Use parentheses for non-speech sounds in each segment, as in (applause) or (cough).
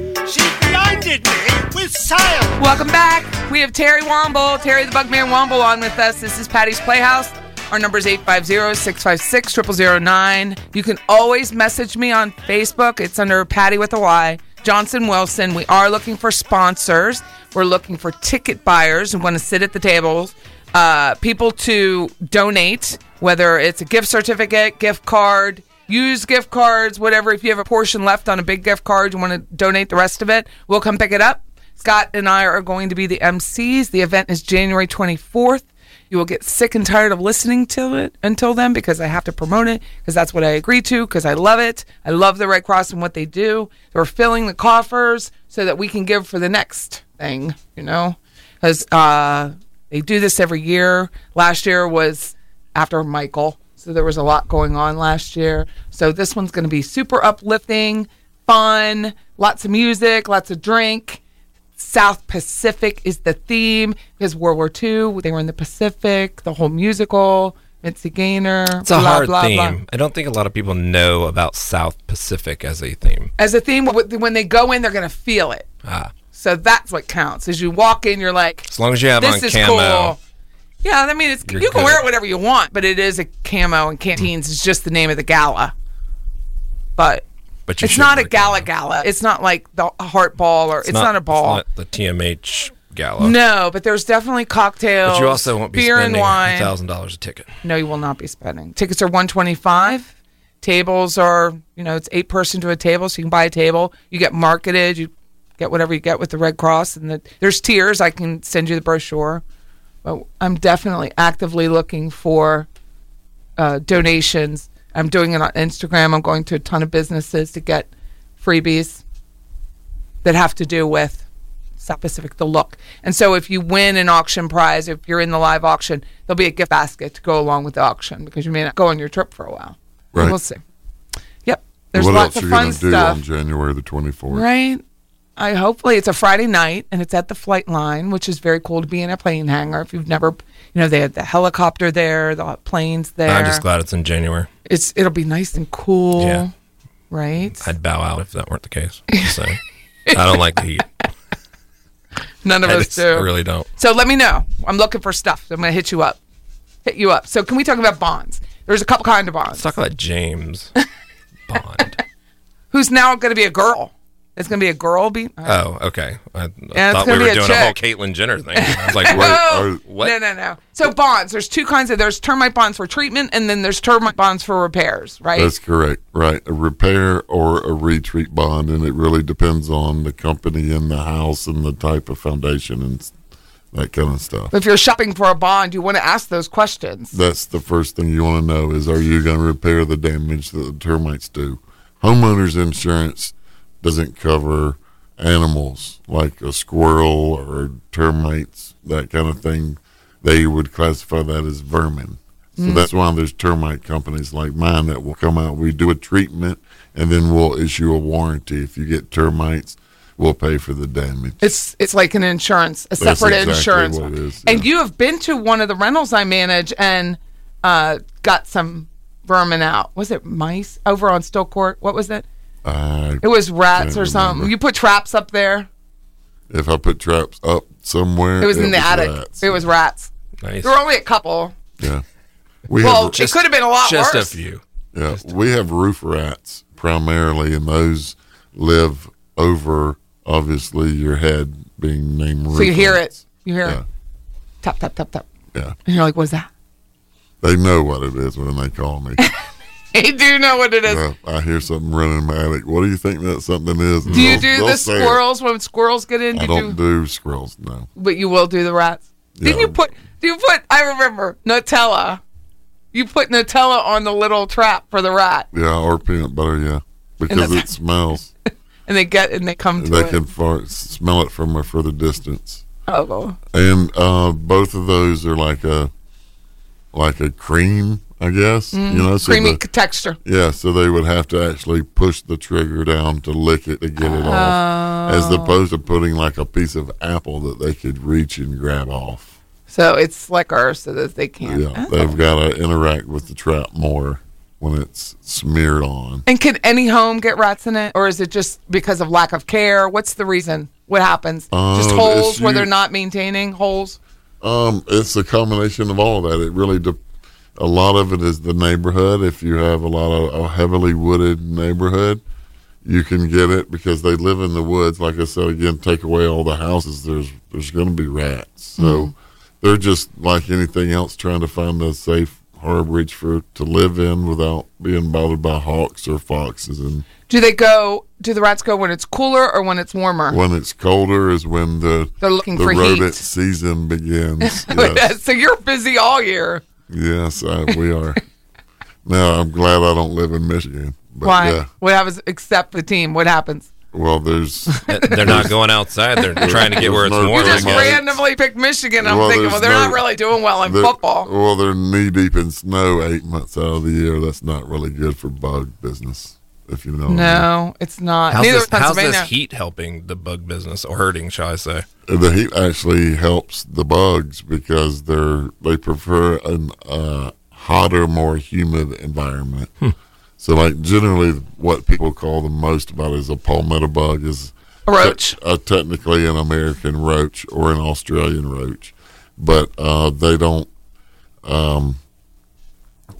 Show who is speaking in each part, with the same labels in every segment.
Speaker 1: me with silence. She blinded me with silence.
Speaker 2: Welcome back. We have Terry Womble, Terry the Bugman Womble on with us. This is Patty's Playhouse. Our number is 850-656-0009. You can always message me on Facebook. It's under Patty with a Y. Johnson Wilson. We are looking for sponsors. We're looking for ticket buyers who want to sit at the tables. Uh, people to donate, whether it's a gift certificate, gift card, used gift cards, whatever. If you have a portion left on a big gift card, you want to donate the rest of it, we'll come pick it up. Scott and I are going to be the MCs. The event is January 24th. You will get sick and tired of listening to it until then because I have to promote it because that's what I agree to because I love it. I love the Red Cross and what they do. They're filling the coffers so that we can give for the next thing, you know? Because uh, they do this every year. Last year was after Michael. So there was a lot going on last year. So this one's going to be super uplifting, fun, lots of music, lots of drink. South Pacific is the theme because World War II, they were in the Pacific, the whole musical, Mitzi Gaynor.
Speaker 3: It's a hard theme. I don't think a lot of people know about South Pacific as a theme.
Speaker 2: As a theme, wh- when they go in, they're going to feel it.
Speaker 3: Ah.
Speaker 2: So that's what counts. As you walk in, you're like,
Speaker 3: As long as you have
Speaker 2: this
Speaker 3: on
Speaker 2: is
Speaker 3: camo,
Speaker 2: cool. Yeah, I mean, it's, you
Speaker 3: You're
Speaker 2: can wear
Speaker 3: good.
Speaker 2: it whatever you want, but it is a camo, and canteens is just the name of the gala. But
Speaker 3: but you
Speaker 2: it's
Speaker 3: should
Speaker 2: not a
Speaker 3: wear
Speaker 2: gala
Speaker 3: camo.
Speaker 2: gala. It's not like the heart ball, or it's, not, a ball.
Speaker 3: It's not the TMH gala.
Speaker 2: no, but there's definitely cocktails.
Speaker 3: But you also won't be
Speaker 2: beer and
Speaker 3: spending
Speaker 2: wine.
Speaker 3: thousand dollars a ticket.
Speaker 2: No, you will not be spending. Tickets are one twenty five. Tables are, you know, it's eight person to a table, so you can buy a table. You get marketed. You get whatever you get with the Red Cross, and the, there's tiers. I can send you the brochure. But I'm definitely actively looking for uh, donations. I'm doing it on Instagram. I'm going to a ton of businesses to get freebies that have to do with South Pacific the look. And so if you win an auction prize, if you're in the live auction, there'll be a gift basket to go along with the auction because you may not go on your trip for a while.
Speaker 4: Right.
Speaker 2: We'll see. Yep. There's
Speaker 4: what else
Speaker 2: lots of
Speaker 4: are you
Speaker 2: fun
Speaker 4: gonna do
Speaker 2: stuff.
Speaker 4: on January the 24th?
Speaker 2: Right. I hopefully it's a Friday night and it's at the flight line, which is very cool to be in a plane hangar. If you've never, you know, they had the helicopter there, the planes there.
Speaker 3: I'm just glad it's in January.
Speaker 2: It's it'll be nice and cool.
Speaker 3: Yeah.
Speaker 2: Right.
Speaker 3: I'd bow out if that weren't
Speaker 2: (laughs)
Speaker 3: the case. So I don't like the heat.
Speaker 2: None of
Speaker 3: I,
Speaker 2: us
Speaker 3: just- I
Speaker 2: do.
Speaker 3: really don't.
Speaker 2: So let me know. I'm looking for stuff. I'm gonna hit you up. Hit you up. So can we talk about bonds? There's a couple kind of bonds. (laughs)
Speaker 3: Let's talk about James Bond.
Speaker 2: who's now going to be a girl. It's going to be a girl. Be uh,
Speaker 3: Oh, okay. I, I
Speaker 2: it's
Speaker 3: thought we
Speaker 2: gonna be
Speaker 3: were
Speaker 2: a
Speaker 3: doing a whole Caitlyn Jenner thing.
Speaker 2: (laughs)
Speaker 3: I was like, wait, oh, what?
Speaker 2: no, no, no. So bonds. There's two kinds of. There's termite bonds for treatment, and then there's termite bonds for repairs. Right.
Speaker 5: That's correct. Right. A repair or a retreat bond, and it really depends on the company and the house and the type of foundation and s- that kind of stuff.
Speaker 2: if you're shopping for a bond, you want to ask those questions.
Speaker 5: That's the first thing you want to know is are you going to repair the damage that the termites do? Homeowners insurance doesn't cover animals like a squirrel or termites, that kind of thing. They would classify that as vermin. So
Speaker 2: Mm.
Speaker 5: that's why there's termite companies like mine that will come out. We do a treatment and then we'll issue a warranty. If you get termites, we'll pay for the damage.
Speaker 2: It's it's like an insurance, a
Speaker 5: That's
Speaker 2: separate
Speaker 5: exactly
Speaker 2: insurance.
Speaker 5: what it is,
Speaker 2: And
Speaker 5: yeah.
Speaker 2: you have been to one of the rentals I manage and uh, got some vermin out. Was it mice over on Still Court? What was it?
Speaker 5: I
Speaker 2: It was rats
Speaker 5: Can't
Speaker 2: or something.
Speaker 5: remember.
Speaker 2: You put traps up there.
Speaker 5: if I put traps up somewhere,
Speaker 2: It was in the attic.
Speaker 5: rats.
Speaker 2: It was rats.
Speaker 3: Nice.
Speaker 2: There were only a couple.
Speaker 5: yeah. We
Speaker 2: Well,
Speaker 5: have,
Speaker 2: it could have been a lot
Speaker 3: Just
Speaker 2: worse.
Speaker 3: a few.
Speaker 5: Yeah, we have roof rats primarily, and those live over obviously your head being named. Roof
Speaker 2: So you hear
Speaker 5: rats.
Speaker 2: it. You hear
Speaker 5: Yeah,
Speaker 2: it. Tap tap tap tap.
Speaker 5: yeah.
Speaker 2: And you're like, "What's that?" (laughs)
Speaker 5: They know what it is when they call me.
Speaker 2: They do know what it is.
Speaker 5: Uh, I hear something running in my attic. What do you think that something is? And
Speaker 2: do you
Speaker 5: they'll-
Speaker 2: do
Speaker 5: they'll
Speaker 2: the
Speaker 5: say it.
Speaker 2: squirrels when squirrels get in?
Speaker 5: I
Speaker 2: You
Speaker 5: don't do squirrels. No.
Speaker 2: but you will do the rats. Did
Speaker 5: Yeah.
Speaker 2: you put? Do you put? I remember Nutella. You put Nutella on the little trap for the rat,
Speaker 5: Yeah, or peanut butter. Yeah, because
Speaker 2: (laughs)
Speaker 5: it smells.
Speaker 2: and they get and they come to
Speaker 5: They
Speaker 2: it.
Speaker 5: can far, smell it from a further distance.
Speaker 2: oh,
Speaker 5: and uh, both of those are like a like a cream, I guess. you know, so
Speaker 2: creamy
Speaker 5: the-
Speaker 2: texture.
Speaker 5: yeah, so they would have to actually push the trigger down to lick it to get it off, as opposed to putting like a piece of apple that they could reach and grab off.
Speaker 2: So it's slicker, so that they can.
Speaker 5: Yeah, they've got to interact with the trap more when it's smeared on.
Speaker 2: And can any home get rats in it, or is it just because of lack of care? What's the reason? What happens?
Speaker 5: Uh,
Speaker 2: just
Speaker 5: it's
Speaker 2: holes where
Speaker 5: you-
Speaker 2: they're not maintaining holes.
Speaker 5: Um, it's a combination of all that. It really, de- a lot of it is the neighborhood. If you have a lot of a heavily wooded neighborhood, you can get it because they live in the woods. Like I said again, take away all the houses. There's there's going to be rats. So
Speaker 2: Mm-hmm.
Speaker 5: they're just like anything else, trying to find a safe harborage for to live in without being bothered by hawks or foxes. And
Speaker 2: Do they go? Do the rats go when it's cooler or when it's warmer?
Speaker 5: when it's colder is when the
Speaker 2: They're looking
Speaker 5: the
Speaker 2: for
Speaker 5: rodent
Speaker 2: heat. (laughs)
Speaker 5: season begins. Yes.
Speaker 2: so you're busy all year.
Speaker 5: Yes, I, we
Speaker 2: (laughs)
Speaker 5: are. now I'm glad I don't live in Michigan. But
Speaker 2: Why?
Speaker 5: Yeah,
Speaker 2: What happens? Except the team. What happens?
Speaker 5: well,
Speaker 2: (laughs)
Speaker 5: there's
Speaker 3: Uh, They're not going outside. They're trying to get where it's
Speaker 5: You
Speaker 2: You
Speaker 3: warm.
Speaker 5: Well,
Speaker 2: just
Speaker 5: they might.
Speaker 2: randomly picked Michigan. I'm
Speaker 5: Well,
Speaker 2: thinking,
Speaker 5: there's
Speaker 2: well, they're
Speaker 5: no-
Speaker 2: not really doing well in
Speaker 5: they're-
Speaker 2: football.
Speaker 5: Well, they're knee deep in snow eight months out of the year. That's not really good for bug business, if you know. what I
Speaker 2: No, it's not.
Speaker 3: How's
Speaker 2: Neither
Speaker 3: this,
Speaker 2: is
Speaker 3: how's
Speaker 2: Pennsylvania.
Speaker 3: this heat helping the bug business or hurting, shall I say?
Speaker 5: mean. The heat actually helps the bugs because they're they prefer an uh, hotter, more humid environment.
Speaker 2: Hmm.
Speaker 5: So, like generally, what people call the most about is a palmetto bug is
Speaker 2: Roach.
Speaker 5: uh, technically an American roach or an Australian roach, but uh, they don't. Um,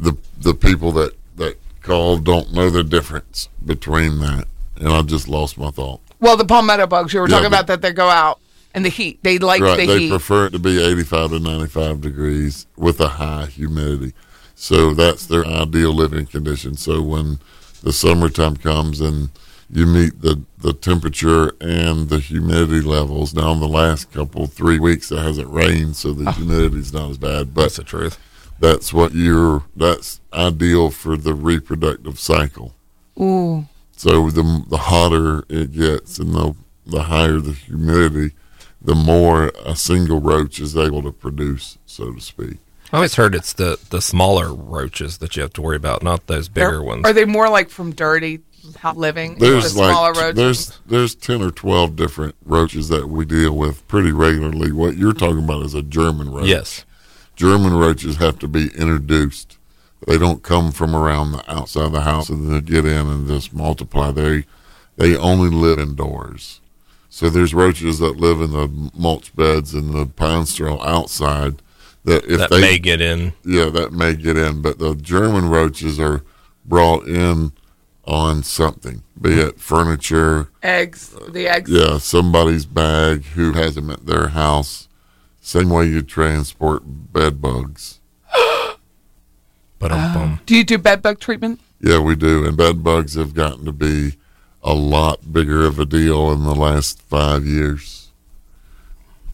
Speaker 5: the the people that that call don't know the difference between that, and I just lost my thought.
Speaker 2: Well, the palmetto bugs you were
Speaker 5: Yeah,
Speaker 2: talking
Speaker 5: but-
Speaker 2: about that they go out in the heat. They like
Speaker 5: Right,
Speaker 2: the
Speaker 5: they
Speaker 2: heat.
Speaker 5: prefer it to be eighty-five to ninety-five degrees with a high humidity, so that's their ideal living condition. So when the summertime comes and you meet the, the temperature and the humidity levels. Now, in the last couple three weeks, it hasn't rained, so
Speaker 2: Oh.
Speaker 5: the humidity's not as bad. But
Speaker 3: That's the truth.
Speaker 5: that's what you're that's ideal for the reproductive cycle.
Speaker 2: Ooh,
Speaker 5: So the the hotter it gets and the the higher the humidity, the more a single roach is able to produce, so to speak.
Speaker 3: I always heard it's the, the smaller roaches that you have to worry about, not those bigger
Speaker 2: They're-
Speaker 3: ones.
Speaker 2: Are they more like from dirty ho- living?
Speaker 5: There's
Speaker 2: the
Speaker 5: like
Speaker 2: smaller
Speaker 5: t-
Speaker 2: roaches?
Speaker 5: there's there's ten or twelve different roaches that we deal with pretty regularly. What you're talking about is a German roach.
Speaker 3: yes.
Speaker 5: German roaches have to be introduced. They don't come from around the outside of the house and then get in and just multiply. They they only live indoors. So there's roaches that live in the mulch beds and the pine straw outside that if
Speaker 3: That
Speaker 5: they
Speaker 3: may get in.
Speaker 5: yeah, that may get in, but the German roaches are brought in on something, be it furniture,
Speaker 2: Eggs, the eggs.
Speaker 5: yeah, somebody's bag who has them at their house. Same way you transport bed bugs.
Speaker 3: But um, boom.
Speaker 2: Do you do bed bug treatment?
Speaker 5: Yeah, we do. And bed bugs have gotten to be a lot bigger of a deal in the last five years.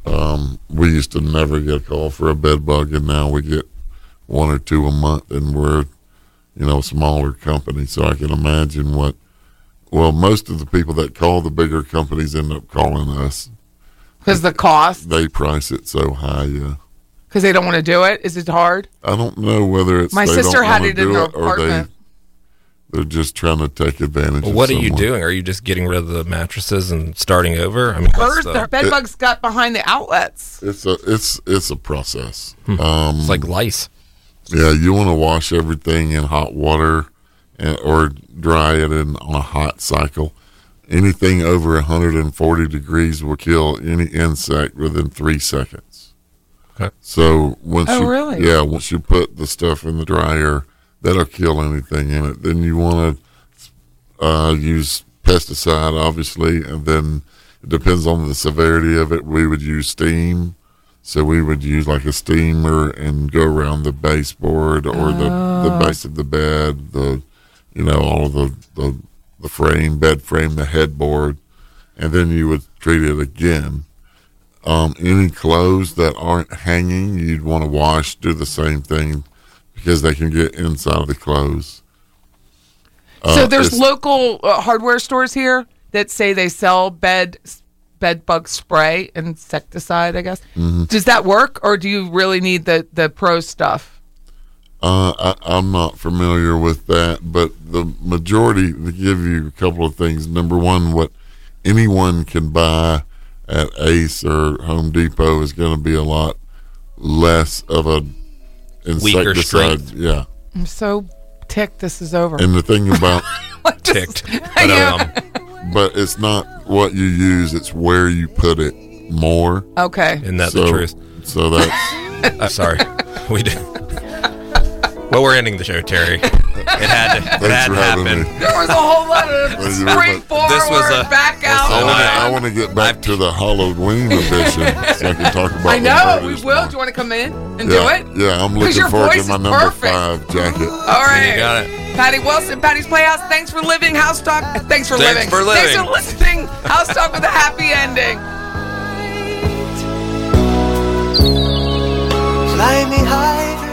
Speaker 5: Um, we used to never get a call for a bed bug, and now we get one or two a month, and we're, you know, a smaller company. So I can imagine what, well, most of the people that call the bigger companies end up calling us.
Speaker 2: Because the cost,
Speaker 5: They price it so high. Yeah.
Speaker 2: because they don't want to do it. Is it hard?
Speaker 5: I don't know whether it's
Speaker 2: My
Speaker 5: they
Speaker 2: sister
Speaker 5: don't
Speaker 2: had
Speaker 5: wanna
Speaker 2: it in
Speaker 5: do
Speaker 2: her
Speaker 5: or they,
Speaker 2: apartment.
Speaker 5: they're just trying to take advantage.
Speaker 3: Well,
Speaker 5: of
Speaker 3: what are you
Speaker 5: someone.
Speaker 3: doing? Are you just getting rid of the mattresses and starting over? I mean,
Speaker 2: Hers,
Speaker 3: what's
Speaker 2: the
Speaker 3: the,
Speaker 2: bed bugs got behind the outlets.
Speaker 5: It's a it's it's a process. Um,
Speaker 3: Hmm. it's like lice.
Speaker 5: yeah, you want to wash everything in hot water, and, or dry it in on a hot cycle. Anything over 140 degrees will kill any insect within three seconds.
Speaker 3: Okay.
Speaker 5: So once
Speaker 2: Oh,
Speaker 5: you
Speaker 2: really?
Speaker 5: yeah once you put the stuff in the dryer, that'll kill anything in it. Then you want to uh, use pesticide, obviously, and then it depends on the severity of it. We would use steam. So we would use like a steamer and go around the baseboard or the,
Speaker 2: Oh.
Speaker 5: the base of the bed, the you know all the, the the frame, bed frame, the headboard, and then you would treat it again. Um, any clothes that aren't hanging, you'd want to wash. Do the same thing because they can get inside of the clothes.
Speaker 2: so there's
Speaker 5: Uh, it's-
Speaker 2: local uh, hardware stores here that say they sell bed bed bug spray, insecticide. I guess.
Speaker 5: Mm-hmm.
Speaker 2: Does that work, or do you really need the the pro stuff?
Speaker 5: Uh, I, I'm not familiar with that, but the majority they give you a couple of things. Number one, what anyone can buy at Ace or Home Depot is going to be a lot less of a
Speaker 3: Weaker
Speaker 5: insecticide.
Speaker 3: strength.
Speaker 5: yeah,
Speaker 2: I'm so ticked. This is over.
Speaker 5: and the thing
Speaker 3: (laughs)
Speaker 5: about,
Speaker 2: (laughs)
Speaker 3: Ticked. But,
Speaker 2: Yeah.
Speaker 3: um,
Speaker 5: but it's not what you use; it's where you put it more. (laughs)
Speaker 2: okay.
Speaker 3: isn't that
Speaker 5: so,
Speaker 3: the truth? (laughs)
Speaker 5: So that's
Speaker 3: I'm sorry. We did. Well, we're ending the show, Terry. It had to, it
Speaker 5: thanks
Speaker 3: had
Speaker 5: for
Speaker 3: to
Speaker 5: having
Speaker 3: happen.
Speaker 5: me.
Speaker 2: There was a whole lot of
Speaker 5: This
Speaker 2: spring forward,
Speaker 3: was a-
Speaker 2: back out.
Speaker 5: I
Speaker 3: And
Speaker 5: want to.
Speaker 3: I-
Speaker 5: I want to get back
Speaker 3: I've-
Speaker 5: to the hollowed wing edition so I can talk about.
Speaker 2: I know. We
Speaker 5: Lombardi's more.
Speaker 2: will. Do you want to come in and
Speaker 5: yeah,
Speaker 2: do it?
Speaker 5: Yeah, I'm
Speaker 2: 'Cause
Speaker 5: looking
Speaker 2: your
Speaker 5: forward
Speaker 2: voice
Speaker 5: to my
Speaker 2: is
Speaker 5: number
Speaker 2: perfect. Oh,
Speaker 5: five jacket.
Speaker 2: All right.
Speaker 3: You got it.
Speaker 2: Patty Wilson, Patty's Playhouse. Thanks for living House Talk. Thanks for
Speaker 3: Thanks
Speaker 2: living.
Speaker 3: for
Speaker 2: Thanks
Speaker 3: living.
Speaker 2: for listening. House Talk with a happy ending.
Speaker 1: Fly me high